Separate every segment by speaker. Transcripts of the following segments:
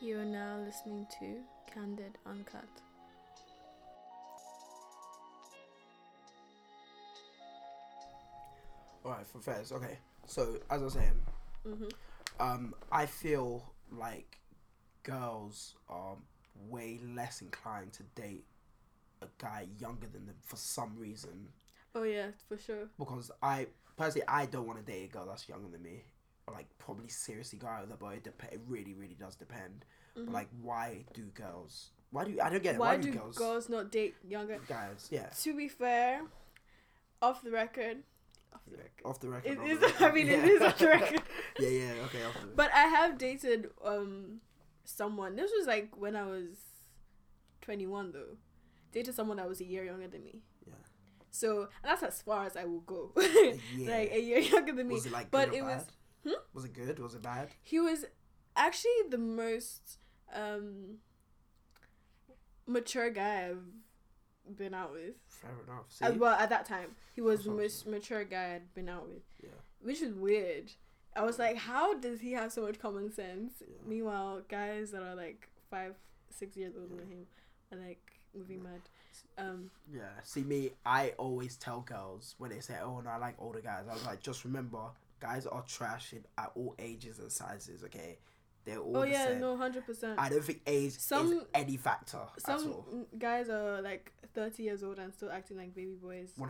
Speaker 1: You are now listening to Candid Uncut.
Speaker 2: All right, for fairs. Okay, so as I was saying,
Speaker 1: hmm
Speaker 2: um, I feel like girls are way less inclined to date a guy younger than them for some reason.
Speaker 1: Oh yeah, for sure.
Speaker 2: Because I personally, I don't want to date a girl that's younger than me. Or, Like probably seriously go out with her, but it, dep- it really, really does depend.
Speaker 1: Mhm.
Speaker 2: But like, why do girls? Why do I don't get it?
Speaker 1: Why,
Speaker 2: Why,
Speaker 1: do
Speaker 2: girls?
Speaker 1: girls... not date younger?
Speaker 2: Guys, yeah.
Speaker 1: To be fair, off the record, off the record.
Speaker 2: Off the record.
Speaker 1: It
Speaker 2: on
Speaker 1: is.
Speaker 2: the record.
Speaker 1: I mean, it
Speaker 2: Yeah.
Speaker 1: is off the record.
Speaker 2: yeah, yeah. Okay. Off the
Speaker 1: But I have dated um someone. This was like when I was twenty one though. Dated someone that was a year younger than me.
Speaker 2: Yeah.
Speaker 1: So and that's as far as I will go.
Speaker 2: yeah.
Speaker 1: Like a year younger than me.
Speaker 2: Was it like
Speaker 1: but
Speaker 2: good
Speaker 1: it
Speaker 2: or
Speaker 1: was- Hmm?
Speaker 2: bad? Was it good? Was it bad?
Speaker 1: He was actually the most um mature guy I've been out with.
Speaker 2: Fair enough. See?
Speaker 1: Uh, well, at that time, he was
Speaker 2: That's
Speaker 1: the
Speaker 2: what I'm
Speaker 1: most mature guy I'd been out with,
Speaker 2: yeah.
Speaker 1: which is weird. I was like, how does he have so much common sense?
Speaker 2: Yeah.
Speaker 1: Meanwhile, guys that are like five, six years older than
Speaker 2: Yeah.
Speaker 1: him are like moving mad.
Speaker 2: S-
Speaker 1: Um,
Speaker 2: Yeah. See me, I always tell girls when they say, "Oh no, I like older guys." I was like, just remember, guys are trash in- at all ages and sizes. Okay, they're all
Speaker 1: oh
Speaker 2: the
Speaker 1: yeah,
Speaker 2: same.
Speaker 1: no, hundred percent.
Speaker 2: I don't think age is
Speaker 1: Some-
Speaker 2: any factor at
Speaker 1: Some
Speaker 2: all.
Speaker 1: n- guys are like thirty years old and still acting like baby boys.
Speaker 2: 100%.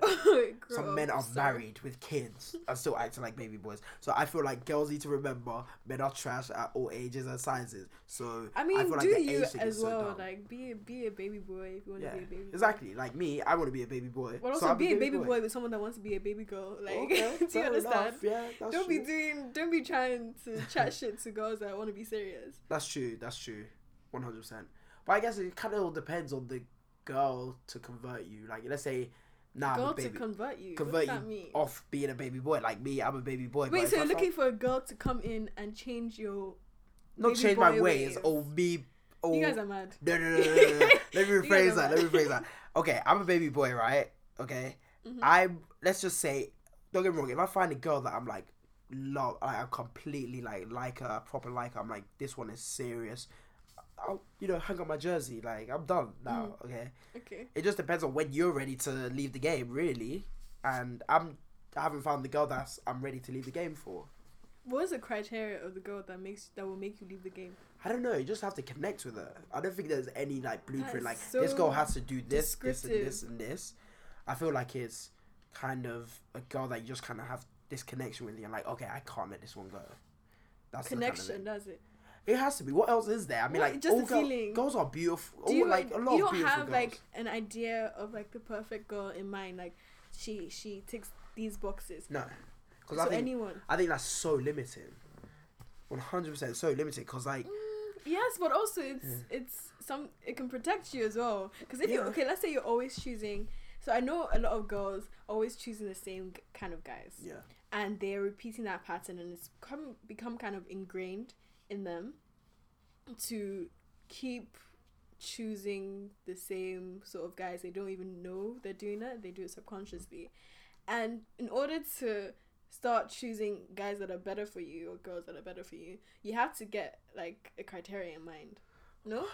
Speaker 1: Like, grow
Speaker 2: Some men
Speaker 1: up,
Speaker 2: are
Speaker 1: so-
Speaker 2: married with kids and still acting like baby boys. So I feel like girls need to remember men are trash at all ages and sizes. So
Speaker 1: I mean,
Speaker 2: feel like
Speaker 1: do
Speaker 2: the
Speaker 1: you
Speaker 2: age thing
Speaker 1: as
Speaker 2: is so
Speaker 1: well?
Speaker 2: dumb.
Speaker 1: like, be a, be a baby boy if you want
Speaker 2: yeah,
Speaker 1: to be a baby. boy.
Speaker 2: exactly. Like me, I want to be a baby boy.
Speaker 1: But also
Speaker 2: so I'll
Speaker 1: be a baby boy. with someone that wants to be a baby girl. Like,
Speaker 2: Okay,
Speaker 1: do you
Speaker 2: fair enough.
Speaker 1: understand?
Speaker 2: Yeah, that's
Speaker 1: Don't
Speaker 2: true.
Speaker 1: be doing. Don't be trying to chat shit to girls that want to be serious.
Speaker 2: That's true. That's true. One hundred percent. But I guess it kind of all depends on the girl to convert you. Like, let's say, nah, I'm
Speaker 1: girl
Speaker 2: a
Speaker 1: to
Speaker 2: baby.
Speaker 1: convert you.
Speaker 2: convert
Speaker 1: What's that
Speaker 2: you
Speaker 1: mean?
Speaker 2: off being a baby boy. Like me, I'm a baby boy. but
Speaker 1: Wait,
Speaker 2: if
Speaker 1: so
Speaker 2: I
Speaker 1: you're
Speaker 2: found-
Speaker 1: looking for a girl to come in and change your?
Speaker 2: not
Speaker 1: baby
Speaker 2: change my
Speaker 1: boy
Speaker 2: ways
Speaker 1: ways.
Speaker 2: or me. Or
Speaker 1: You guys are mad.
Speaker 2: no, no, no, no, no, no. Let me
Speaker 1: You guys
Speaker 2: rephrase
Speaker 1: are
Speaker 2: that. Let me
Speaker 1: mad.
Speaker 2: rephrase that. Okay, I'm a baby boy, right? Okay,
Speaker 1: Mhm.
Speaker 2: I'm. Let's just say, don't get me wrong. If I find a girl that I'm like, love, like, I completely like, like her, I proper like her. I'm like, this one is serious. I'll, you know, hang up my jersey. Like, I'm done now. Okay.
Speaker 1: Okay.
Speaker 2: It just depends on when you're ready to leave the game, really. And I'm, I haven't found the girl that's I'm ready to leave the game for.
Speaker 1: What is the criteria of the girl that makes that will make you leave the game?
Speaker 2: I don't know. You just have to connect with her. I don't think there's any like blueprint.
Speaker 1: is
Speaker 2: Like
Speaker 1: so
Speaker 2: this girl has to do this, this, and
Speaker 1: descriptive.
Speaker 2: this, and this. I feel like it's kind of a girl that you just kind of have this connection with. You're like, okay, I can't let this one go. That's the kind of
Speaker 1: Connection,
Speaker 2: thing.
Speaker 1: does it?
Speaker 2: it has to be. What else is there? I mean,
Speaker 1: What-
Speaker 2: like
Speaker 1: just
Speaker 2: all
Speaker 1: the
Speaker 2: girl-
Speaker 1: feeling.
Speaker 2: girls are beautiful.
Speaker 1: Do
Speaker 2: all,
Speaker 1: you
Speaker 2: like a lot
Speaker 1: you
Speaker 2: of
Speaker 1: don't
Speaker 2: beautiful
Speaker 1: have
Speaker 2: girls.
Speaker 1: like an idea of like the perfect girl in mind? Like, she she ticks these boxes.
Speaker 2: no, because
Speaker 1: So
Speaker 2: I think
Speaker 1: anyone.
Speaker 2: I think that's so limiting. One hundred percent so limiting. Because like
Speaker 1: Mm. Yes, but also it's it's some it can protect you as well. Because if you
Speaker 2: Yeah.
Speaker 1: okay, let's say you're always choosing. So I know a lot of girls always choosing the same g- kind of guys,
Speaker 2: yeah,
Speaker 1: and they're repeating that pattern, and it's come become kind of ingrained in them to keep choosing the same sort of guys. They don't even know they're doing that. They do it subconsciously, and in order to start choosing guys that are better for you or girls that are better for you, you have to get like a criteria in mind. No,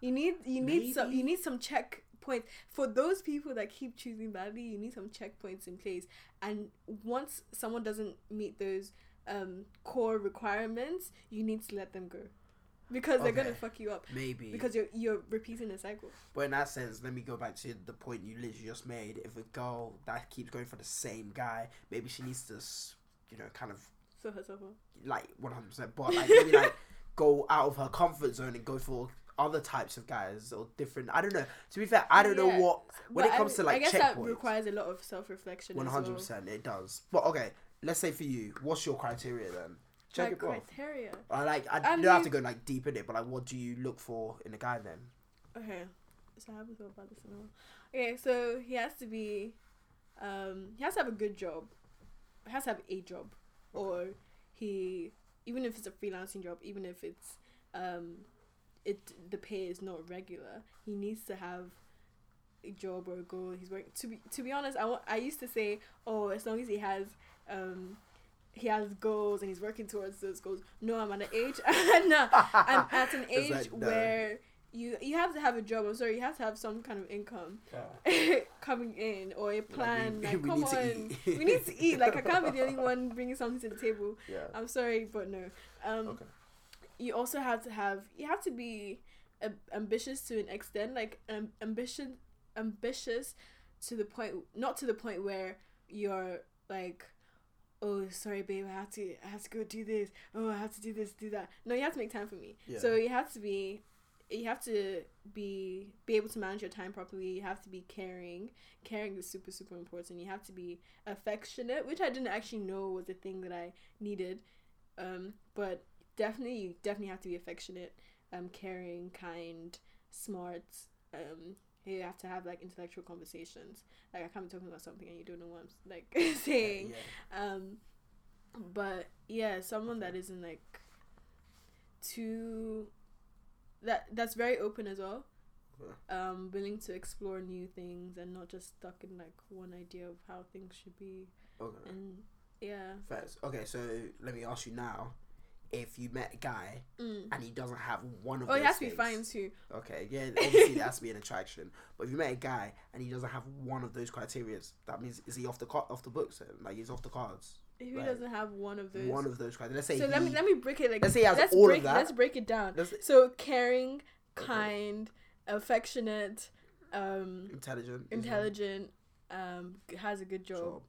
Speaker 1: you need you need some you
Speaker 2: Maybe.
Speaker 1: need some checkpoints for those people that keep choosing badly. You need some checkpoints in place, and once someone doesn't meet those um core requirements, you need to let them go because they're gonna
Speaker 2: Okay.
Speaker 1: fuck you up
Speaker 2: maybe
Speaker 1: because you're you're repeating the cycle.
Speaker 2: But in that sense, let me go back to the point you literally just made. If a girl that keeps going for the same guy, maybe she needs to, s- you know, kind of
Speaker 1: So herself.
Speaker 2: like one hundred percent, but like maybe like go out of her comfort zone and go for other types of guys or different. I don't know. To be fair, I don't
Speaker 1: Yeah.
Speaker 2: know what when
Speaker 1: But
Speaker 2: it comes
Speaker 1: I,
Speaker 2: to like
Speaker 1: I guess that
Speaker 2: checkpoints.
Speaker 1: requires a lot of self reflection.
Speaker 2: One hundred percent, it does. But okay, let's say for you, what's your criteria then? Check
Speaker 1: Like
Speaker 2: it off.
Speaker 1: criteria.
Speaker 2: I like. I,
Speaker 1: I
Speaker 2: don't have
Speaker 1: mean-
Speaker 2: to go like deep in it, but like, what do you look for in a guy then?
Speaker 1: Okay, so I haven't thought about this in a while. Okay, so he has to be, um, he has to have a good job, he has to have a job, or he even if it's a freelancing job, even if it's um, it the pay is not regular, he needs to have a job or a goal. He's working to be to be honest. I wa- I used to say, oh, as long as he has um he has goals and he's working towards those goals. No, I'm at an age. no, I'm at an
Speaker 2: It's
Speaker 1: age
Speaker 2: like, no.
Speaker 1: where you you have to have a job. I'm sorry, you have to have some kind of income coming in or a plan. Like,
Speaker 2: we
Speaker 1: come
Speaker 2: need to
Speaker 1: on,
Speaker 2: eat.
Speaker 1: we need to eat. Like I can't be the only one bringing something to the table.
Speaker 2: yeah.
Speaker 1: I'm sorry, but no. Um,
Speaker 2: Okay.
Speaker 1: you also have to have you have to be a- ambitious to an extent, like um, ambition ambitious to the point not to the point where you're like, oh sorry babe, I have to I have to go do this. Oh I have to do this, do that. No, you have to make time for me. So you have to be you have to be be able to manage your time properly. You have to be caring. Caring is super super important. You have to be affectionate, which I didn't actually know was a thing that I needed. Um, but definitely you definitely have to be affectionate, um, caring, kind, smart. Um, you have to have like intellectual conversations. Like I can't be talking about something and you don't know what I'm like saying.
Speaker 2: Yeah.
Speaker 1: Um, but yeah, someone that isn't like too that that's very open as well.
Speaker 2: Okay.
Speaker 1: Um, willing to explore new things and not just stuck in like one idea of how things should be.
Speaker 2: Okay.
Speaker 1: And yeah,
Speaker 2: Facts. Okay, so let me ask you now. If you met a guy
Speaker 1: mm.
Speaker 2: and he doesn't have one of
Speaker 1: oh,
Speaker 2: those
Speaker 1: it has to be
Speaker 2: things,
Speaker 1: fine too.
Speaker 2: Okay, yeah, obviously there has to be an attraction. But if you met a guy and he doesn't have one of those criteria, that means is he off the car- off the books? Then? Like he's off the cards.
Speaker 1: If he
Speaker 2: Right.
Speaker 1: doesn't have one of those,
Speaker 2: One of those criteria. Let's say
Speaker 1: so let me
Speaker 2: he-
Speaker 1: let me break it like
Speaker 2: let's say he has all of
Speaker 1: break,
Speaker 2: that.
Speaker 1: Let's break it down.
Speaker 2: let's say
Speaker 1: So caring,
Speaker 2: Okay.
Speaker 1: kind, affectionate, um,
Speaker 2: intelligent, is one
Speaker 1: intelligent, um, has a good job.
Speaker 2: Mm-hmm. job.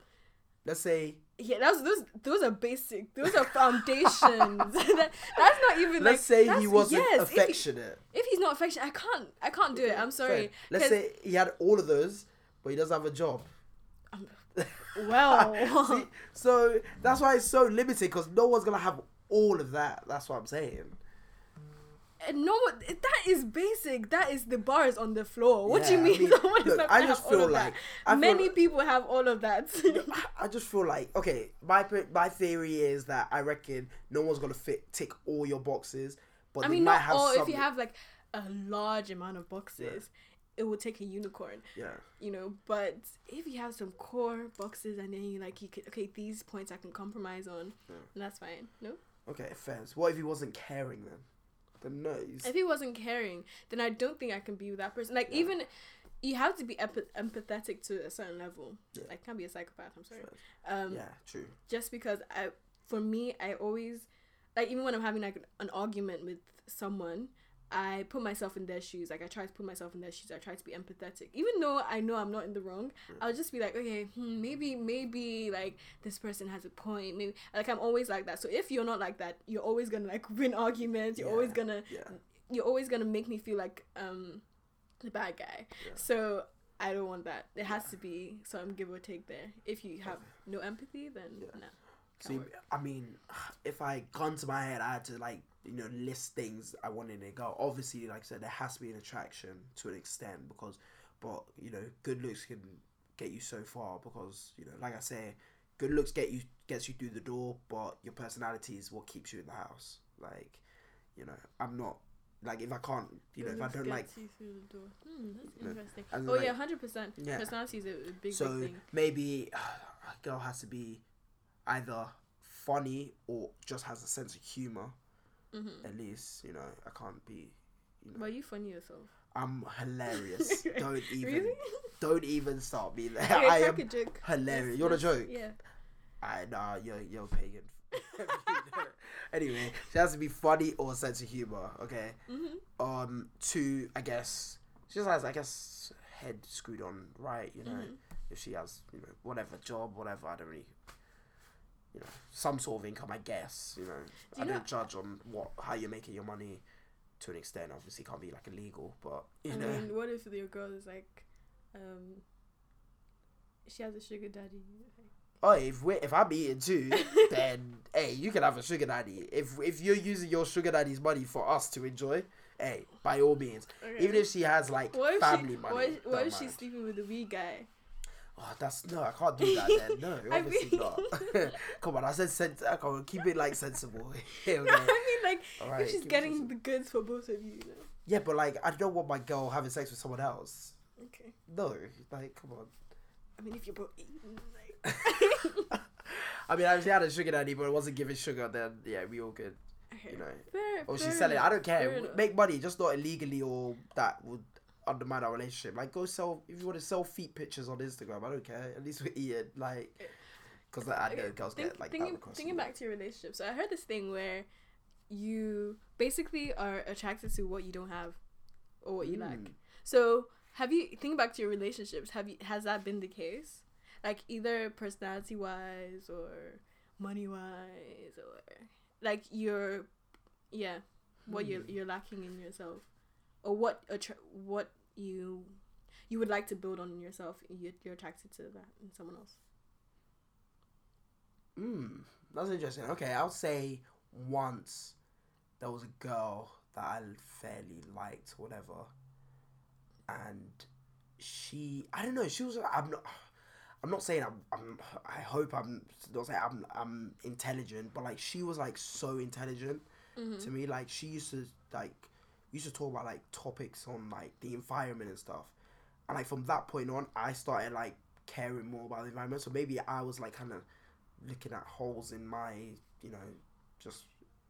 Speaker 2: Let's say
Speaker 1: Yeah, that's those. Those are basic. Those are foundations. that, that's not even. like,
Speaker 2: let's say he
Speaker 1: that's-
Speaker 2: wasn't
Speaker 1: yes, if he-
Speaker 2: affectionate.
Speaker 1: If, he's not affectionate, I can't. I can't do it. I'm sorry.
Speaker 2: Fair. Let's
Speaker 1: 'Cause-
Speaker 2: say he had all of those, but he doesn't have a job.
Speaker 1: Um, well.
Speaker 2: See, so that's why it's so limited because no one's gonna have all of that. That's what I'm saying.
Speaker 1: And No one. That is basic. That is the bar is on the floor. What do you
Speaker 2: Yeah, I
Speaker 1: mean?
Speaker 2: mean,
Speaker 1: Someone is
Speaker 2: look,
Speaker 1: not
Speaker 2: I
Speaker 1: gonna
Speaker 2: just
Speaker 1: have all
Speaker 2: feel
Speaker 1: of that?
Speaker 2: like- I feel
Speaker 1: many
Speaker 2: like-
Speaker 1: people have all of that.
Speaker 2: I- I just feel like okay. My pe- my theory is that I reckon no one's gonna fit tick all your boxes, but
Speaker 1: I
Speaker 2: they
Speaker 1: mean,
Speaker 2: might
Speaker 1: not
Speaker 2: have
Speaker 1: all.
Speaker 2: some.
Speaker 1: If you have like a large amount of boxes, it would take a unicorn.
Speaker 2: yeah,
Speaker 1: you know but if you have some core boxes and then you like you could okay these points i can compromise on and that's fine no
Speaker 2: okay, fair. So What if he wasn't caring then? Then no, he's-
Speaker 1: if he wasn't caring then i don't think i can be with that person like even you have to be empath- empathetic to a certain level
Speaker 2: Yeah.
Speaker 1: i can't be a psychopath i'm sorry
Speaker 2: Sure.
Speaker 1: um
Speaker 2: yeah, true.
Speaker 1: just because i for me i always like even when i'm having like an argument with someone i put myself in their shoes like i try to put myself in their shoes i try to be empathetic even though i know i'm not in the wrong i'll just be like okay hmm, maybe maybe like this person has a point maybe like i'm always like that so if you're not like that you're always gonna like win arguments you're always
Speaker 2: Yeah.
Speaker 1: gonna
Speaker 2: Yeah,
Speaker 1: you're always gonna make me feel like um the bad guy
Speaker 2: Yeah.
Speaker 1: so i don't want that it has to be some give or take there if you have no empathy then
Speaker 2: Yeah.
Speaker 1: no
Speaker 2: So you- I mean, if I gone to my head, I had to like you know list things I wanted to go. Obviously, like I said, there has to be an attraction to an extent because, but you know, good looks can get you so far because you know, like I say, good looks get you gets you through the door, but your personality is what keeps you in the house. Like, you know, I'm not like if I can't, you know, if I
Speaker 1: Looks
Speaker 2: don't
Speaker 1: gets
Speaker 2: like
Speaker 1: you through the door. Hmm, that's
Speaker 2: you know,
Speaker 1: interesting.
Speaker 2: and
Speaker 1: oh
Speaker 2: like-
Speaker 1: yeah, hundred percent.
Speaker 2: Yeah.
Speaker 1: Personality is a a big,
Speaker 2: so
Speaker 1: big thing.
Speaker 2: maybe a girl has to be either funny or just has a sense of humor.
Speaker 1: Mm-hmm.
Speaker 2: at least you know I can't be. You know,
Speaker 1: Well, you funny yourself.
Speaker 2: I'm hilarious. don't even
Speaker 1: Really?
Speaker 2: don't even start me there.
Speaker 1: Okay,
Speaker 2: I
Speaker 1: crack a
Speaker 2: am
Speaker 1: joke. That's-
Speaker 2: hilarious. You're the
Speaker 1: that's-
Speaker 2: joke.
Speaker 1: Yeah.
Speaker 2: I nah, you're you're pagan. anyway, she has to be funny or sense of humor. Okay.
Speaker 1: Mm-hmm.
Speaker 2: Um, to I guess she just has I guess head screwed on right. You know,
Speaker 1: Mhm.
Speaker 2: if she has you know whatever job, whatever I don't really. You know, some sort of income, I guess. You know,
Speaker 1: you
Speaker 2: I
Speaker 1: know-
Speaker 2: don't judge on what how you're making your money. To an extent, obviously, can't be like illegal, but you
Speaker 1: I
Speaker 2: know,
Speaker 1: mean, what if your girl is like, um, she has a sugar daddy?
Speaker 2: oh, if we if I'm eating too, then hey, you can have a sugar daddy. If if you're using your sugar daddy's money for us to enjoy, hey, by all means,
Speaker 1: Okay.
Speaker 2: even if she has like
Speaker 1: what if
Speaker 2: family
Speaker 1: she,
Speaker 2: money,
Speaker 1: What if, what
Speaker 2: don't
Speaker 1: if she's
Speaker 2: mind.
Speaker 1: sleeping with a wee guy?
Speaker 2: Oh, that's no, I can't do that. Then no,
Speaker 1: I mean-
Speaker 2: obviously not. come on, I said sense. uh, Come on, keep it like sensible. Yeah, okay.
Speaker 1: No, I mean like
Speaker 2: All right,
Speaker 1: if she's
Speaker 2: keep it
Speaker 1: getting
Speaker 2: sensible.
Speaker 1: the goods for both of you. you know?
Speaker 2: Yeah, but like, I don't want my girl having sex with someone else.
Speaker 1: Okay.
Speaker 2: No, like, come on.
Speaker 1: I mean, if you're both eating, like.
Speaker 2: I mean, if she had a sugar daddy, but it wasn't giving sugar, then yeah, we all good,
Speaker 1: Okay.
Speaker 2: you know.
Speaker 1: Fair-
Speaker 2: Or
Speaker 1: fair
Speaker 2: she's selling. I
Speaker 1: enough,
Speaker 2: don't care.
Speaker 1: fair enough.
Speaker 2: Make money, just not illegally or that would undermine our relationship. Like, go sell if you want to sell feet pictures on Instagram. I don't care. At least we eat it, like, because I know
Speaker 1: Okay,
Speaker 2: girls
Speaker 1: think,
Speaker 2: get like
Speaker 1: thinking,
Speaker 2: that. across the
Speaker 1: thinking
Speaker 2: board.
Speaker 1: back to your relationship so i heard this thing where you basically are attracted to what you don't have or what you lack
Speaker 2: Mm.
Speaker 1: so have you thinking back to your relationships have you has that been the case like either personality wise or money wise or like your yeah what you're, you're lacking in yourself or what attra- what you you would like to build on in yourself you, you're attracted to that in someone else
Speaker 2: Mm, that's interesting. Okay, I'll say once there was a girl that I fairly liked, whatever, and she, I don't know, she was. I'm not. I'm not saying I'm, I'm. I hope I'm not saying I'm. I'm intelligent, but like she was like so intelligent to me. Like she used to like we used to talk about like topics on like the environment and stuff, and like from that point on, I started like caring more about the environment. So maybe I was like kind of looking at holes in my, you know, just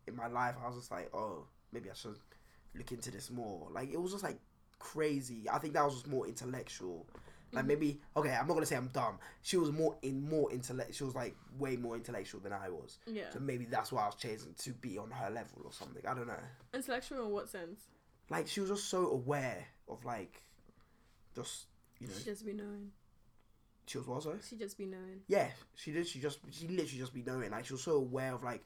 Speaker 2: in my life, I was just like, oh, maybe I should look into this more. Like it was just like crazy. I think that was just more intellectual. Like maybe okay, I'm not gonna say I'm dumb. She was more in more intellect. She was like way more intellectual than I was.
Speaker 1: yeah
Speaker 2: So maybe that's why I was chasing to be on her level or something. I don't know.
Speaker 1: Intellectual in what sense?
Speaker 2: Like she was just so aware of like, just you know,
Speaker 1: She just be knowing.
Speaker 2: she was what sorry?
Speaker 1: She just be knowing.
Speaker 2: Yeah, she did. She just she literally just be knowing. Like she was so aware of like,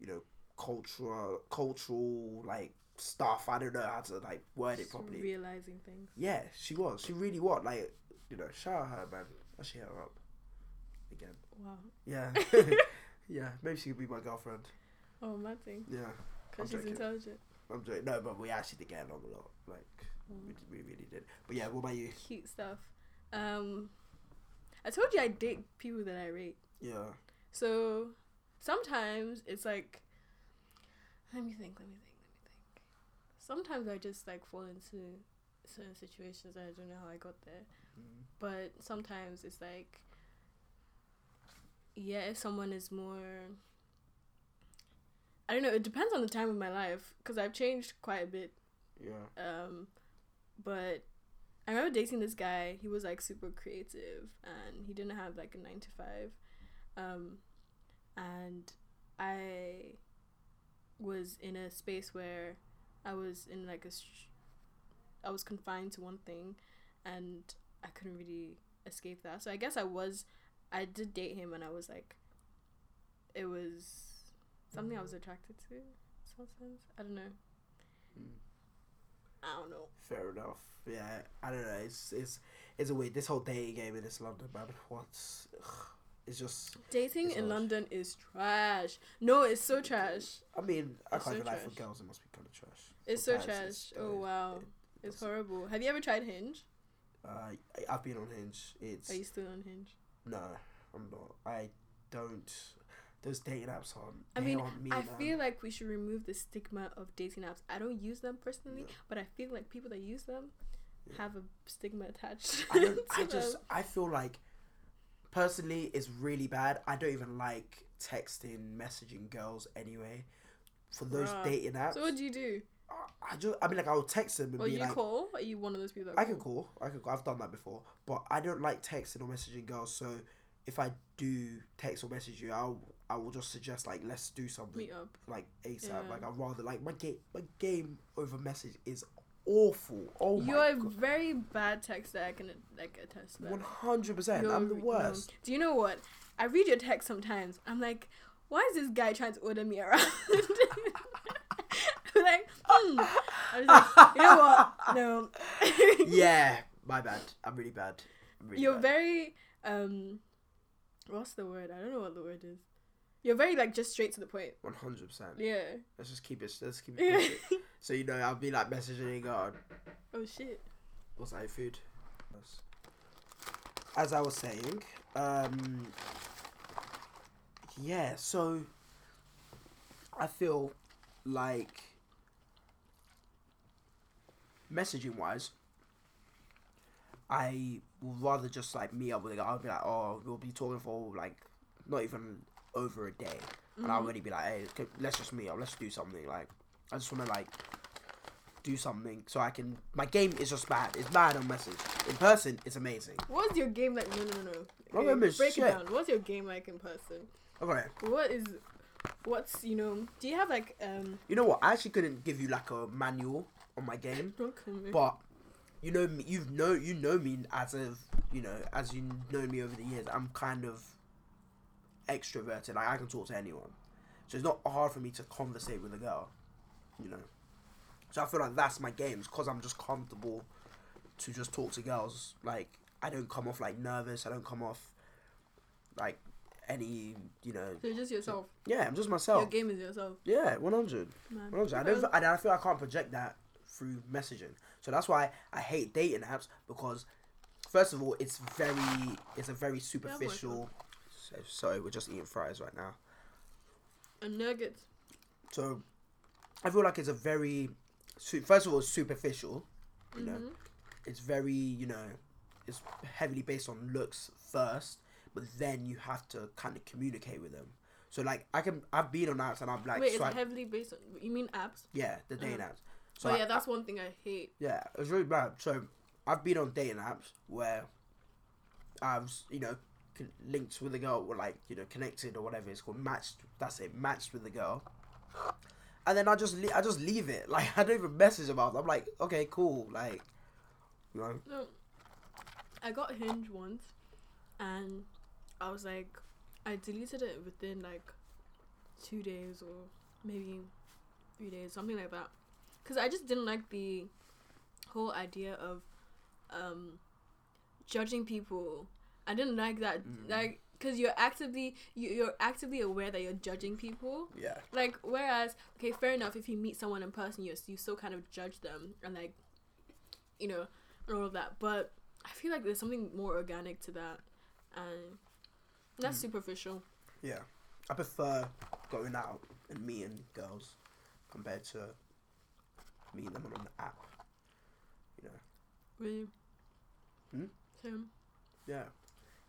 Speaker 2: you know, cultural cultural like stuff. I don't know how to like word it
Speaker 1: Just
Speaker 2: properly.
Speaker 1: realizing things.
Speaker 2: yeah, she was. She really was. Like you know, shout out her man. I should hit her up again.
Speaker 1: Wow.
Speaker 2: Yeah, yeah. Maybe she could be my girlfriend.
Speaker 1: Oh, my thing.
Speaker 2: Yeah, I'm
Speaker 1: Because she's
Speaker 2: joking.
Speaker 1: intelligent.
Speaker 2: I'm joking. No, but we actually did get along a lot. Like we, we really did. But yeah, what about you?
Speaker 1: Cute stuff. Um, I told you I date people that I rate.
Speaker 2: Yeah.
Speaker 1: So sometimes it's like, let me think, let me think, let me think. Sometimes I just like fall into certain situations. I don't know how I got there.
Speaker 2: Mm.
Speaker 1: but sometimes it's like yeah if someone is more i don't know it depends on the time of my life because i've changed quite a bit
Speaker 2: Yeah.
Speaker 1: um but i remember dating this guy he was like super creative and he didn't have like a nine to five um and i was in a space where i was in like a sh- i was confined to one thing and i couldn't really escape that so i guess i was i did date him and i was like it was something i was attracted to in some sense i don't know
Speaker 2: Mm.
Speaker 1: i don't know
Speaker 2: Fair enough. Yeah, I don't know. It's it's it's a weird. This whole dating game in this London man. What's ugh, it's just.
Speaker 1: Dating
Speaker 2: It's
Speaker 1: in
Speaker 2: odd.
Speaker 1: London is trash. No, it's so trash.
Speaker 2: I mean, I
Speaker 1: It's
Speaker 2: can't
Speaker 1: so
Speaker 2: even lie for
Speaker 1: trash.
Speaker 2: girls. It must be kind of trash.
Speaker 1: It's
Speaker 2: For
Speaker 1: so
Speaker 2: guys,
Speaker 1: trash.
Speaker 2: it's-
Speaker 1: Oh wow,
Speaker 2: it
Speaker 1: it's
Speaker 2: doesn't-
Speaker 1: horrible. Have you ever tried Hinge?
Speaker 2: Uh, I- I've been on Hinge. It's
Speaker 1: Are you still on Hinge?
Speaker 2: no, I'm not. I don't. Those dating apps aren't.
Speaker 1: I
Speaker 2: they
Speaker 1: mean,
Speaker 2: aren't me,
Speaker 1: I
Speaker 2: man.
Speaker 1: feel like we should remove the stigma of dating apps. I don't use them personally,
Speaker 2: Yeah.
Speaker 1: but I feel like people that use them
Speaker 2: Yeah.
Speaker 1: have a stigma attached.
Speaker 2: I, don't,
Speaker 1: to
Speaker 2: I just
Speaker 1: them.
Speaker 2: I feel like personally it's really bad. I don't even like texting, messaging girls anyway. For those
Speaker 1: Bruh.
Speaker 2: dating apps,
Speaker 1: So what do you do?
Speaker 2: I- I just I mean like I'll text them and
Speaker 1: Or
Speaker 2: be
Speaker 1: you
Speaker 2: like
Speaker 1: call? Are you one of those people? That
Speaker 2: I can call, I can call. I've done that before, but I don't like texting or messaging girls. So if I do text or message you, I'll I will just suggest like let's do something
Speaker 1: meet up?
Speaker 2: like ASAP.
Speaker 1: Yeah.
Speaker 2: Like I'd rather like my game my game over message is awful. Oh my
Speaker 1: You're a
Speaker 2: god,
Speaker 1: very bad texter. I can like attest to that.
Speaker 2: one hundred percent.
Speaker 1: You're-
Speaker 2: I'm the
Speaker 1: no.
Speaker 2: worst.
Speaker 1: Do you know what? I read your text sometimes. I'm like, why is this guy trying to order me around? I'm like, hmm. I'm just like, you know what? No.
Speaker 2: yeah, my bad. I'm really bad. I'm really
Speaker 1: You're
Speaker 2: bad.
Speaker 1: very um, what's the word? I don't know what the word is. You're very like just straight to the point.
Speaker 2: One hundred percent.
Speaker 1: Yeah.
Speaker 2: Let's just keep it. Let's keep it. basic. so you know, I'll be like messaging you, God,
Speaker 1: oh shit.
Speaker 2: what's that food? As I was saying, um, yeah. So I feel like messaging wise, I would rather just like meet up with a guy. I'll be like, oh, we'll be talking for like not even over a day, and I'll really be like, hey, c- let's just meet up, let's do something. Like, I just want to like do something so I can. My game is just bad. It's bad on message. In person, it's amazing.
Speaker 1: What's your game like? No, no, no, no.
Speaker 2: My game is
Speaker 1: break
Speaker 2: shit.
Speaker 1: it down. What's your game like in person?
Speaker 2: Okay,
Speaker 1: What is, what's you know? Do you have like um?
Speaker 2: you know what? I actually couldn't give you like a manual on my game,
Speaker 1: Don't come in.
Speaker 2: but you know me. You've know you know me as of you know as you know me over the years. I'm kind of extroverted. Like I can talk to anyone, so it's not hard for me to conversate with a girl. You know, so I feel like that's my game because I'm just comfortable to just talk to girls. Like I don't come off like nervous. I don't come off like any you know.
Speaker 1: So you're just yourself.
Speaker 2: Yeah, I'm just
Speaker 1: Your
Speaker 2: myself.
Speaker 1: game is yourself,
Speaker 2: Yeah, one hundred.
Speaker 1: man.
Speaker 2: Well, I don't.
Speaker 1: Um,
Speaker 2: I, I feel I can't project that through messaging. So that's why I hate dating apps because, first of all, it's very, it's a very superficial. So, sorry, we're just eating fries right now.
Speaker 1: A nugget.
Speaker 2: So, I feel like it's a very, su- first of all, it's superficial. You
Speaker 1: mm-hmm.
Speaker 2: know, it's very, you know, it's heavily based on looks first, but then you have to kind of communicate with them. So like, I can, I've been on apps and I'm like,
Speaker 1: Wait, it's
Speaker 2: swipe-
Speaker 1: heavily based on. You mean apps?
Speaker 2: yeah, the dating apps. So
Speaker 1: oh
Speaker 2: I-
Speaker 1: yeah, that's one thing I hate.
Speaker 2: Yeah, it was really bad. So I've been on dating apps where I've you know con- linked with a girl or like you know connected or whatever it's called matched. That's it, matched with a girl. And then I just le- I just leave it. Like I don't even message about. It. I'm like, okay, cool. Like, you know,
Speaker 1: No, I got Hinge once, and I was like, I deleted it within like two days or maybe three days, something like that, because I just didn't like the whole idea of um, judging people. I didn't like that,
Speaker 2: Mm.
Speaker 1: like, because you're actively you, you're actively aware that you're judging people.
Speaker 2: yeah,
Speaker 1: Like, whereas, okay, fair enough, if you meet someone in person, you, you still kind of judge them and, like, you know, and all of that. But I feel like there's something more organic to that. And that's
Speaker 2: Mm.
Speaker 1: superficial.
Speaker 2: yeah. I prefer going out and meeting girls compared to meeting them on an app. You know,
Speaker 1: Really.
Speaker 2: Hmm?
Speaker 1: Same.
Speaker 2: yeah,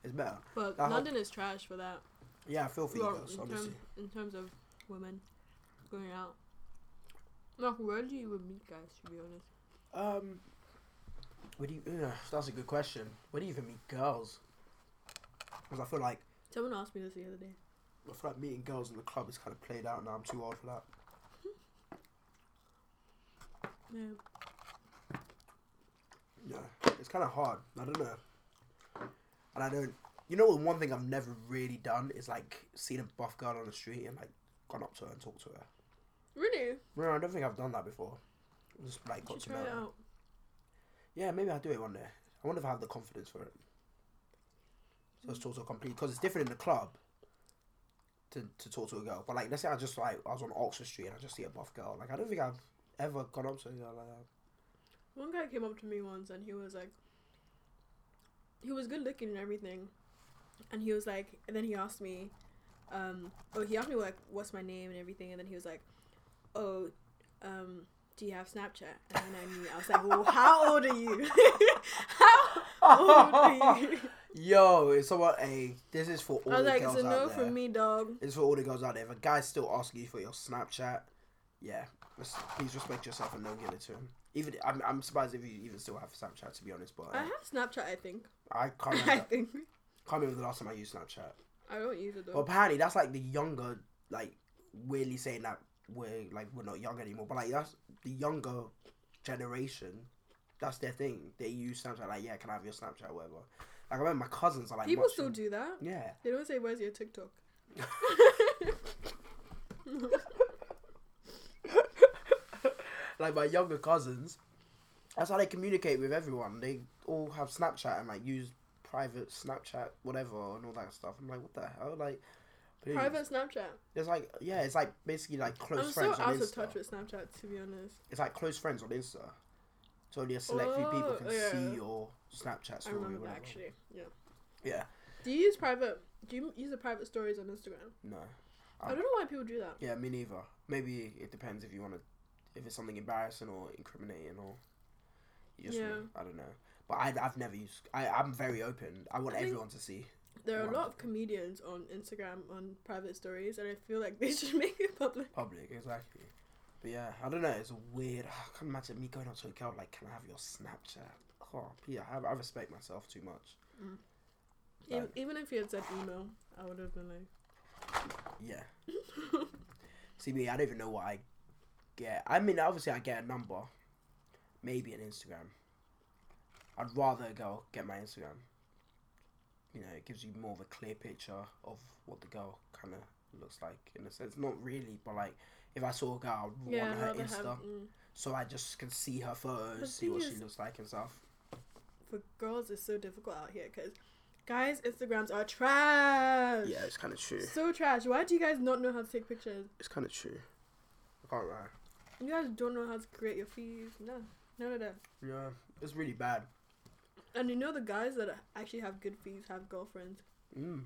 Speaker 2: it's better.
Speaker 1: But
Speaker 2: I hope-
Speaker 1: London is trash for that.
Speaker 2: Yeah, I feel for you
Speaker 1: Well,
Speaker 2: girls,
Speaker 1: in, terms,
Speaker 2: honestly.
Speaker 1: in terms of women going out. Like, where do you even meet guys, to be honest?
Speaker 2: Um, where do you? Uh, that's a good question. Where do you even meet girls? Because I feel like
Speaker 1: Someone asked me this the other day.
Speaker 2: I feel like meeting girls in the club is kind of played out now. I'm too old for that.
Speaker 1: Yeah.
Speaker 2: Yeah, it's kind of hard. I don't know. And I don't. You know, what, one thing I've never really done is like seen a buff girl on the street and like gone up to her and talked to her.
Speaker 1: Really?
Speaker 2: No, I don't think I've done that before. Just like
Speaker 1: You
Speaker 2: got
Speaker 1: should
Speaker 2: to know.
Speaker 1: try it
Speaker 2: her.
Speaker 1: out.
Speaker 2: Yeah, maybe I'll do it one day. I wonder if I have the complete confidence for it. So let's talk to a complete because it's different in the club to, to talk to a girl. But like, let's say I just like I was on Oxford Street and I just see a buff girl. Like, I don't think I've ever gone up to a girl like that.
Speaker 1: One guy came up to me once and he was like, he was good looking and everything, and he was like, and then he asked me, um, oh, he asked me like, what's my name and everything, and then he was like, oh, um, do you have Snapchat? And then I knew. I was like, well, how old are you? how old are you?
Speaker 2: Yo, it's someone. Hey, this is for
Speaker 1: I
Speaker 2: all
Speaker 1: was
Speaker 2: the
Speaker 1: like,
Speaker 2: girls
Speaker 1: it's a no
Speaker 2: out there.
Speaker 1: for me, dog.
Speaker 2: It's for all the girls out there. If a guy's still asking you for your Snapchat, yeah, just, please respect yourself and don't give it to him. Even I'm, I'm surprised if you even still have Snapchat to be honest. But
Speaker 1: I
Speaker 2: uh,
Speaker 1: have Snapchat, I think.
Speaker 2: I can't
Speaker 1: I
Speaker 2: remember,
Speaker 1: think
Speaker 2: can't remember the last time I used Snapchat.
Speaker 1: I don't use it though.
Speaker 2: Well, apparently that's like the younger, like weirdly saying that we're like we're not young anymore, but like that's the younger generation. That's their thing. They use Snapchat. Like, yeah, can I have your Snapchat, or whatever. Like, I remember my cousins are like
Speaker 1: People
Speaker 2: watching-
Speaker 1: still do that.
Speaker 2: Yeah,
Speaker 1: They don't say, where's your TikTok?
Speaker 2: like my younger cousins. That's how they communicate with everyone. They all have Snapchat and like use private Snapchat, whatever, and all that stuff. I'm like, what the hell? Like, please.
Speaker 1: Private Snapchat.
Speaker 2: It's like, yeah, it's like basically like close
Speaker 1: I'm so
Speaker 2: friends on
Speaker 1: out
Speaker 2: Insta.
Speaker 1: of touch with Snapchat, to be honest.
Speaker 2: It's like close friends on Insta. So only a select few people
Speaker 1: Oh,
Speaker 2: can
Speaker 1: yeah.
Speaker 2: see your Snapchat
Speaker 1: I
Speaker 2: story.
Speaker 1: remember that
Speaker 2: whatever.
Speaker 1: actually. Yeah.
Speaker 2: Yeah.
Speaker 1: Do you use private? Do you use the private stories on Instagram?
Speaker 2: No.
Speaker 1: I don't know why people do that.
Speaker 2: Yeah, me neither. Maybe it depends if you want to, if it's something embarrassing or incriminating or. You just
Speaker 1: Yeah.
Speaker 2: wanna- I don't know. But I, I've never used. I, I'm very open. I want
Speaker 1: I think-
Speaker 2: everyone to see.
Speaker 1: There are a lot
Speaker 2: Wonderful.
Speaker 1: of comedians on Instagram on private stories, and I feel like they should make it public.
Speaker 2: Public, exactly. But yeah, I don't know. It's weird. I can't imagine me going up to a girl like, "Can I have your Snapchat?" Oh, yeah, I, I respect myself too much.
Speaker 1: E-
Speaker 2: Right.
Speaker 1: Even if you had said email, I would have been like,
Speaker 2: Yeah. See me, I don't even know what I get. I mean, obviously, I get a number, maybe an Instagram. I'd rather a girl get my Instagram. You know, it gives you more of a clear picture of what the girl kind of looks like in a sense. Not really, but like if I saw a girl, I'd
Speaker 1: yeah,
Speaker 2: want
Speaker 1: I'd
Speaker 2: her
Speaker 1: rather
Speaker 2: Insta
Speaker 1: have. Mm.
Speaker 2: so I just can see her
Speaker 1: The
Speaker 2: photos, see what
Speaker 1: thing
Speaker 2: she
Speaker 1: is-
Speaker 2: looks like and stuff.
Speaker 1: For girls, it's so difficult out here because guys' Instagrams are trash.
Speaker 2: Yeah, it's kind of true.
Speaker 1: So trash. Why do you guys not know how to take pictures?
Speaker 2: It's kind of true. I can't lie.
Speaker 1: You guys don't know how to create your feeds. No, none of that.
Speaker 2: Yeah, it's really bad.
Speaker 1: And you know the guys that actually have good feeds have girlfriends.
Speaker 2: Mm.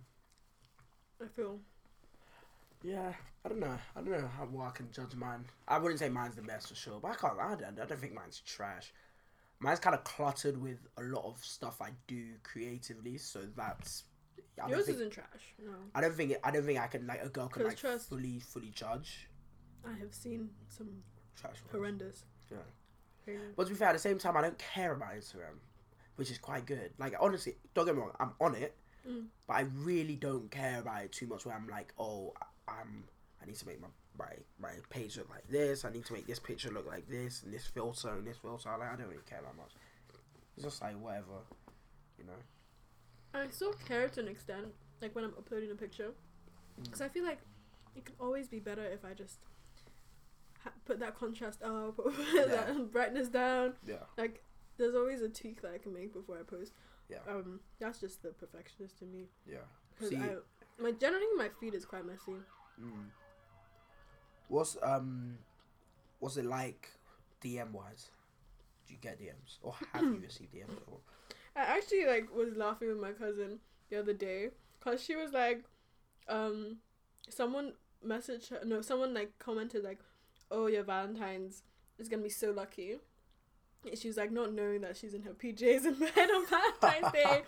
Speaker 1: I feel.
Speaker 2: Yeah, I don't know. I don't know how well I can judge mine. I wouldn't say mine's the best for sure, but I can't. I don't, I don't think mine's trash. Mine's kind of cluttered with a lot of stuff I do creatively, so that's. I don't
Speaker 1: Yours
Speaker 2: think.
Speaker 1: isn't trash. No.
Speaker 2: I don't think. I don't think I can like a girl can
Speaker 1: 'Cause
Speaker 2: like
Speaker 1: trust-
Speaker 2: fully fully judge
Speaker 1: I have seen some
Speaker 2: trash. ones.
Speaker 1: horrendous.
Speaker 2: Yeah.
Speaker 1: Horrendous.
Speaker 2: But to be fair, at the same time, I don't care about Instagram, which is quite good. Like honestly, don't get me wrong, I'm on it,
Speaker 1: Mm.
Speaker 2: but I really don't care about it too much. Where I'm like, oh, I- I'm, I need to make my my my page look like this. I need to make this picture look like this, and this filter and this filter. Like, I don't really care that much. It's just like whatever, you know.
Speaker 1: I still care to an extent, like when I'm uploading a picture,
Speaker 2: Mm.
Speaker 1: because I feel like it could always be better if I just ha- put that contrast up, put that brightness down.
Speaker 2: Yeah.
Speaker 1: Like, there's always a tweak that I can make before I post.
Speaker 2: Yeah.
Speaker 1: Um, that's just the perfectionist in me.
Speaker 2: Yeah.
Speaker 1: Because
Speaker 2: See,
Speaker 1: I, my generally my feed is quite messy.
Speaker 2: mm. what's um, what's it like, DM wise? Do you get DMs or have you received DMs before?
Speaker 1: I actually like was laughing with my cousin the other day because she was like, um, someone messaged her. No, someone like commented like, "Oh, your Valentine's is gonna be so lucky." And she was like, not knowing that she's in her PJs in bed on Valentine's Day.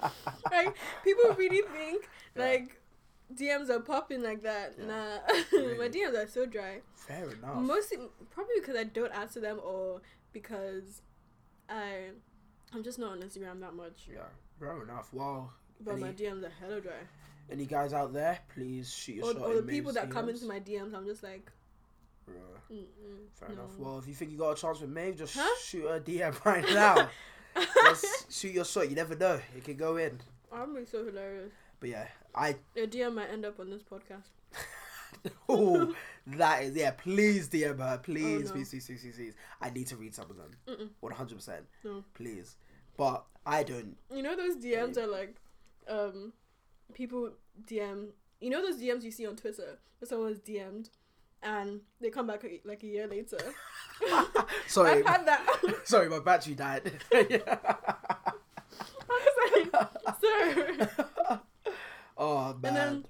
Speaker 1: like people really think
Speaker 2: Yeah.
Speaker 1: like DMs are popping like that.
Speaker 2: Yeah.
Speaker 1: Nah, my
Speaker 2: Really. Oh.
Speaker 1: DMs are so dry.
Speaker 2: Fair enough.
Speaker 1: Mostly, probably because I don't answer them or because I, I'm just not on Instagram that much.
Speaker 2: Yeah, fair enough. Well,
Speaker 1: But my
Speaker 2: Any-
Speaker 1: DMs are hella dry.
Speaker 2: any guys out there, please shoot your
Speaker 1: Or,
Speaker 2: shot.
Speaker 1: or
Speaker 2: in
Speaker 1: the people
Speaker 2: Maeve's
Speaker 1: that come
Speaker 2: DMs.
Speaker 1: into my DMs, I'm just like,
Speaker 2: Yeah,
Speaker 1: Mm-mm,
Speaker 2: fair
Speaker 1: no.
Speaker 2: enough. Well, if you think you got a chance with Maeve, just
Speaker 1: Huh?
Speaker 2: shoot her a DM right now. Just shoot your shot. You never know. It could go in.
Speaker 1: I'm being so hilarious.
Speaker 2: But yeah, I.
Speaker 1: Your DM might end up on this podcast.
Speaker 2: Oh, that is yeah. Please DM her. Please,
Speaker 1: Oh, no.
Speaker 2: please, please, please, please, please. I need to read some of them.
Speaker 1: Mm-mm.
Speaker 2: One hundred percent.
Speaker 1: No.
Speaker 2: Please, but I don't.
Speaker 1: You know those DMs are like, um, people DM. You know those DMs you see on Twitter where someone's DM'd, and they come back like, like a year later.
Speaker 2: Sorry,
Speaker 1: I've had that.
Speaker 2: sorry, my battery died.
Speaker 1: I was like, sir.
Speaker 2: oh man.
Speaker 1: And then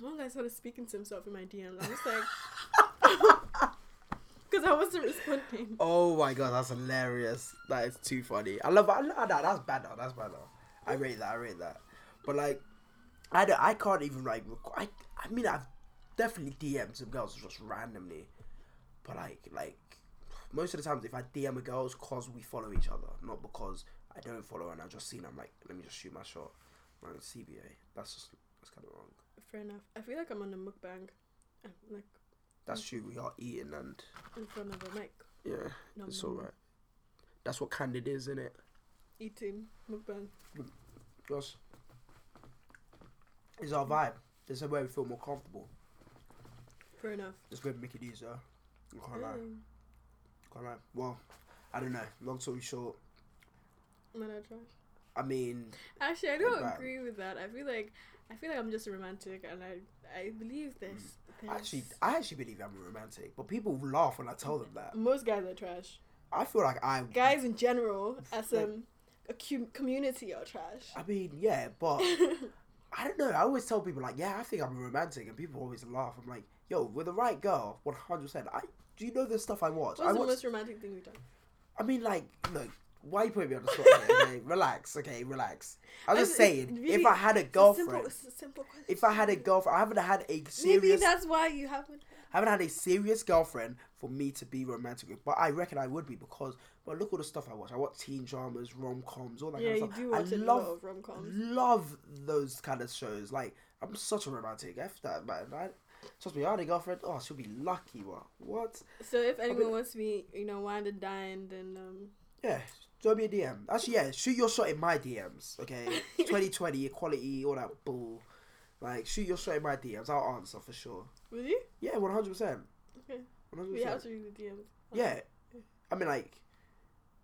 Speaker 1: one guy started speaking to himself in my DMs. I was like, because I wasn't responding.
Speaker 2: Oh my god, that's hilarious. That is too funny. I love I love that. That's bad now. That's bad now. I rate that. I rate that. But like, I don't, I can't even like. Rec- I I mean I've definitely DM'd some girls just randomly, but like like most of the times if I DM a girl it's cause we follow each other, not because I don't follow her and I've just seen. her, I'm like, let me just shoot my shot. Like CBA. That's just that's kind of wrong.
Speaker 1: Fair enough. I feel like I'm on a mukbang, I'm like
Speaker 2: That's true. We are eating and
Speaker 1: in front of a mic.
Speaker 2: yeah,
Speaker 1: No,
Speaker 2: it's
Speaker 1: no, no.
Speaker 2: alright. That's what candid is, isn't it?
Speaker 1: Eating mukbang.
Speaker 2: Just it's our vibe. This is where we feel more comfortable.
Speaker 1: Fair enough.
Speaker 2: Just go make it easier. I can't lie.
Speaker 1: Mm.
Speaker 2: Can't lie. Well, I don't know. Long story short,
Speaker 1: Man, I try.
Speaker 2: I mean,
Speaker 1: Actually, I don't
Speaker 2: Mukbang.
Speaker 1: agree with that. I feel like I feel like I'm just a romantic, and I I believe this.
Speaker 2: Mm. I actually, I actually believe I'm romantic, but people laugh when I tell them that.
Speaker 1: most guys are trash.
Speaker 2: I feel like I
Speaker 1: Guys in general, as
Speaker 2: Like-
Speaker 1: um, a cu- community, are trash.
Speaker 2: I mean, yeah, but I don't know. I always tell people like, yeah, I think I'm romantic, and people always laugh. I'm like, yo, with the right girl, 100. percent I do you know the stuff I watch?
Speaker 1: What's
Speaker 2: I
Speaker 1: the
Speaker 2: watch.
Speaker 1: most romantic thing you've done?
Speaker 2: I mean, like, look, Why are you putting me on the spot? here, okay, relax. Okay, relax. I'm just
Speaker 1: It's-
Speaker 2: saying,
Speaker 1: it's really-
Speaker 2: if I had a
Speaker 1: It's a simple-
Speaker 2: girlfriend,
Speaker 1: it's a simple question.
Speaker 2: if I had a girlfriend, I haven't had a
Speaker 1: Maybe
Speaker 2: serious, I
Speaker 1: that's why you haven't.
Speaker 2: haven't had a serious girlfriend for me to be romantic with. But I reckon I would be because, well, look all the stuff I watch. I watch teen dramas, rom coms, all that
Speaker 1: Yeah,
Speaker 2: kind
Speaker 1: you
Speaker 2: of stuff.
Speaker 1: do watch
Speaker 2: I
Speaker 1: a
Speaker 2: love
Speaker 1: lot of rom coms.
Speaker 2: love those kind of shows. Like, I'm such a romantic. F that, man. I, trust me, I had a girlfriend. Oh, she'll be lucky. What? What?
Speaker 1: So if anyone
Speaker 2: mean-
Speaker 1: wants to be, you know, wind and dined and um,
Speaker 2: Yeah, throw me a DM. Actually, yeah, shoot your shot in my DMs. Okay, 2020 equality, all that bull. Like, shoot your shot in my DMs. I'll answer for sure.
Speaker 1: will you?
Speaker 2: Yeah, 100. percent
Speaker 1: Okay.
Speaker 2: 100.
Speaker 1: We have
Speaker 2: percent
Speaker 1: to read the DMs.
Speaker 2: Yeah. I mean, like,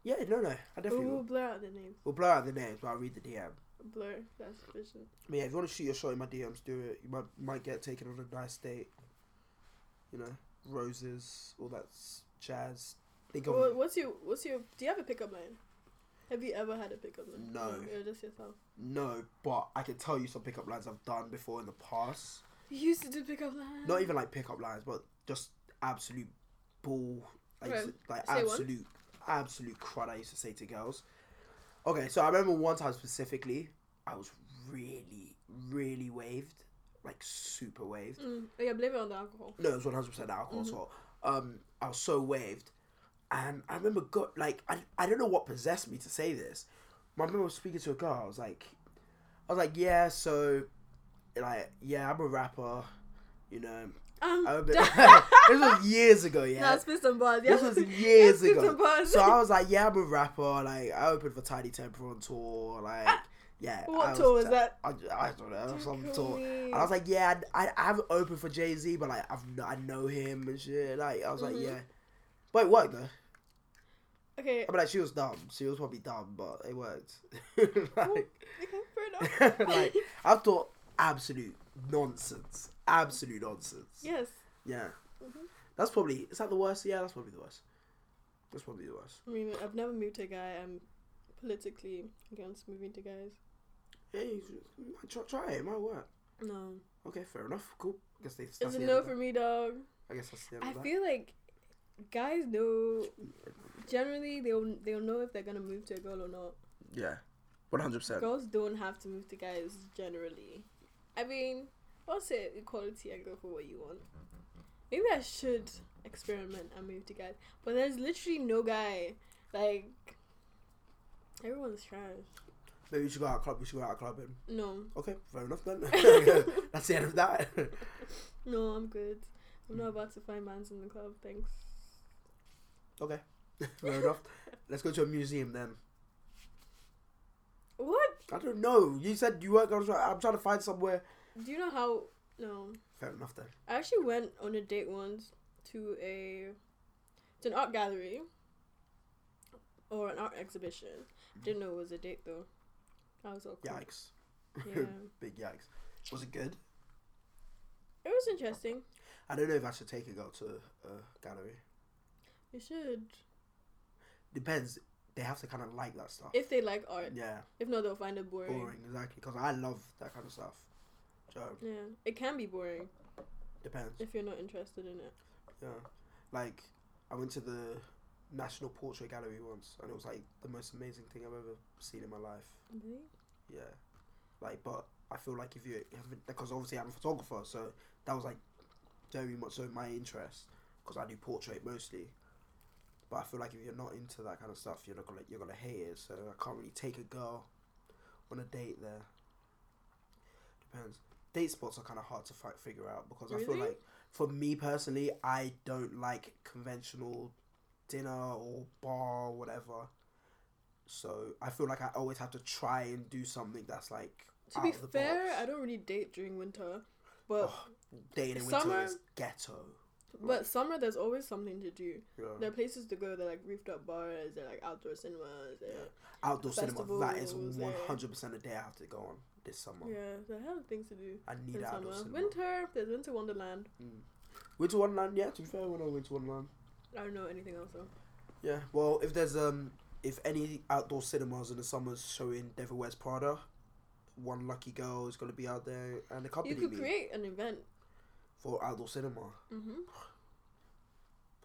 Speaker 2: yeah, no, no, I
Speaker 1: But
Speaker 2: definitely
Speaker 1: we'll
Speaker 2: will.
Speaker 1: blur out the names.
Speaker 2: We'll blur out the names, but I'll read the DM.
Speaker 1: Blur. That's sufficient.
Speaker 2: But yeah, if you want to shoot your shot in my DMs, do it. You might might get taken on a nice date. You know, roses, all that s- jazz. Think of
Speaker 1: Well, what's your what's your do you have a pickup line? Have you ever had a pickup line?
Speaker 2: No.
Speaker 1: You're just yourself.
Speaker 2: no, but I can tell you some pickup lines I've done before in the past.
Speaker 1: You used to do pickup lines.
Speaker 2: Not even like pickup lines, but just absolute bull, like,
Speaker 1: Okay,
Speaker 2: like
Speaker 1: say one.
Speaker 2: absolute, absolute crud. I used to say to girls. Okay, so I remember one time specifically, I was really, really waved, like super waved.
Speaker 1: Mm. Mm-hmm. Oh, yeah, blame it on the alcohol.
Speaker 2: No, it was one hundred percent alcohol. So, um, I was so waved, and I remember go like I, I don't know what possessed me to say this. My mum was speaking to a girl. I was like, I was like, yeah, so, like, yeah, I'm a rapper. You know,
Speaker 1: Um,
Speaker 2: I remember,
Speaker 1: that
Speaker 2: this was years ago. Yeah,
Speaker 1: was spit some bars. Yeah.
Speaker 2: this was years
Speaker 1: Spit some
Speaker 2: ago.
Speaker 1: bars.
Speaker 2: So I was like, yeah, I'm a rapper. Like, I opened for Tiny Temper on tour. Like, yeah.
Speaker 1: What
Speaker 2: I
Speaker 1: tour was that?
Speaker 2: I, I don't know, some
Speaker 1: Fuck
Speaker 2: tour.
Speaker 1: me.
Speaker 2: And I was like, yeah, I, I, I haven't opened for Jay Z, but like, I've, kn- I know him and shit. Like, I was
Speaker 1: Mhm.
Speaker 2: like, yeah. But it worked though.
Speaker 1: Okay.
Speaker 2: I mean, like, she was dumb. She was probably dumb, but it worked.
Speaker 1: Cool.
Speaker 2: like,
Speaker 1: Okay, fair enough.
Speaker 2: like, I thought absolute nonsense. Absolute nonsense.
Speaker 1: yes.
Speaker 2: Yeah.
Speaker 1: Mhm.
Speaker 2: That's probably, is that the worst? Yeah, that's probably the worst. That's probably the worst.
Speaker 1: I mean, I've never moved to a guy. I'm politically against moving to guys.
Speaker 2: Yeah, you should- might try, try it. It might work.
Speaker 1: No.
Speaker 2: Okay, fair enough. Cool. I guess they, that's
Speaker 1: It's
Speaker 2: the
Speaker 1: a
Speaker 2: end
Speaker 1: no
Speaker 2: of
Speaker 1: for
Speaker 2: that.
Speaker 1: me, dog.
Speaker 2: I guess that's the end
Speaker 1: I
Speaker 2: of that.
Speaker 1: feel like guys know. Generally, they'll they'll know if they're gonna move to a girl or not.
Speaker 2: Yeah, one hundred percent.
Speaker 1: Girls don't have to move to guys generally. I mean, I'll say equality and go for what you want. Maybe I should experiment and move to guys, but there's literally no guy. Like, everyone's trash.
Speaker 2: Maybe we should go out club. We should go out clubbing.
Speaker 1: No,
Speaker 2: Okay, fair enough then. that's the end of that.
Speaker 1: no, I'm good. I'm not about to find mans in the club, thanks.
Speaker 2: okay, fair enough. Let's go to a museum then.
Speaker 1: What?
Speaker 2: I don't know. You said you weren't going to. I'm trying to find somewhere.
Speaker 1: Do you know how? No.
Speaker 2: Fair enough then.
Speaker 1: I actually went on a date once to a to an art gallery or an art exhibition. Didn't know it was a date though. I was awkward.
Speaker 2: Yikes.
Speaker 1: Yeah.
Speaker 2: Big yikes. Was it good?
Speaker 1: It was interesting.
Speaker 2: I don't know if I should take a girl to a gallery.
Speaker 1: You should.
Speaker 2: Depends. They have to kind of like that stuff.
Speaker 1: If they like art.
Speaker 2: yeah,
Speaker 1: If not they'll find it boring.
Speaker 2: boring exactly. Because I love that kind of stuff. So
Speaker 1: Yeah. It can be boring
Speaker 2: depends.
Speaker 1: if you're not interested in it.
Speaker 2: Yeah. Like, I went to the National Portrait Gallery once, and it was like the most amazing thing I've ever seen in my life.
Speaker 1: Really?
Speaker 2: Yeah. Like, but I feel like if you haven't, because obviously I'm a photographer, so that was like very much so my interest, because I do portrait mostly. But I feel like if you're not into that kind of stuff, you're not gonna you're gonna hate it. So I can't really take a girl on a date there. Depends. Date spots are kind of hard to fi- figure out because I
Speaker 1: Really?
Speaker 2: feel like for me personally, I don't like conventional dinner or bar or whatever. So I feel like I always have to try and do something that's like
Speaker 1: To
Speaker 2: out
Speaker 1: be
Speaker 2: of the
Speaker 1: fair,
Speaker 2: box.
Speaker 1: I don't really date during winter. But
Speaker 2: Ugh, dating Oh, in
Speaker 1: summer-
Speaker 2: winter is ghetto.
Speaker 1: but summer there's always something to do.
Speaker 2: you know.
Speaker 1: There are places to go, they're like rooftop bars, they're like outdoor cinemas, they're
Speaker 2: Outdoor cinema, that is
Speaker 1: festivals,
Speaker 2: one
Speaker 1: yeah.
Speaker 2: hundred percent a day I have to go on this summer.
Speaker 1: Yeah, so I have things to do
Speaker 2: I need
Speaker 1: in
Speaker 2: outdoor
Speaker 1: summer.
Speaker 2: cinema.
Speaker 1: Winter, there's Winter Wonderland.
Speaker 2: Winter Wonderland, yeah. To be fair, when I went to Wonderland,
Speaker 1: I don't know anything else though.
Speaker 2: yeah. Well, if there's um, if any outdoor cinemas in the summers showing Devil Wears Prada, one lucky girl is gonna be out there and accompany
Speaker 1: You could
Speaker 2: me
Speaker 1: create an event.
Speaker 2: for outdoor cinema.
Speaker 1: Mm-hmm.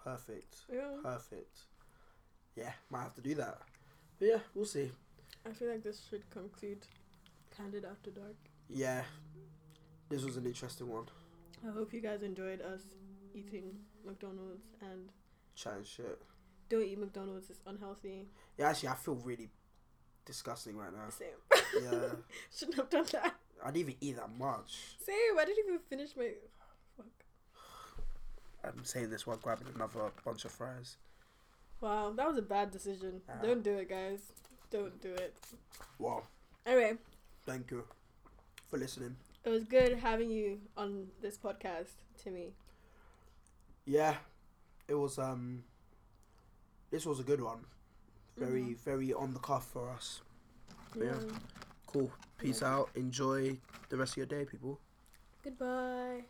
Speaker 2: Perfect,
Speaker 1: Yeah.
Speaker 2: Uh, perfect. Yeah, might have to do that. But yeah, we'll see.
Speaker 1: I feel like this should conclude Candid After Dark.
Speaker 2: Yeah, this was an interesting one.
Speaker 1: I hope you guys enjoyed us eating McDonald's and
Speaker 2: Chatting shit.
Speaker 1: don't eat McDonald's, it's unhealthy.
Speaker 2: Yeah, actually, I feel really disgusting right now.
Speaker 1: Same.
Speaker 2: Uh, Yeah,
Speaker 1: Shouldn't have done that.
Speaker 2: I didn't even eat that much.
Speaker 1: Same. I didn't even finish my. Fuck.
Speaker 2: I'm saying this while grabbing another bunch of fries.
Speaker 1: Wow, that was a bad decision.
Speaker 2: Ah.
Speaker 1: Don't do it, guys. Don't do it.
Speaker 2: Wow,
Speaker 1: Anyway,
Speaker 2: thank you for listening.
Speaker 1: it was good having you on this podcast, Timmy.
Speaker 2: Yeah, it was. Um, this was a good one. Very,
Speaker 1: Mhm.
Speaker 2: very on the cuff for us. Yeah. Cool. Peace out. Enjoy the rest of your day, people.
Speaker 1: Goodbye.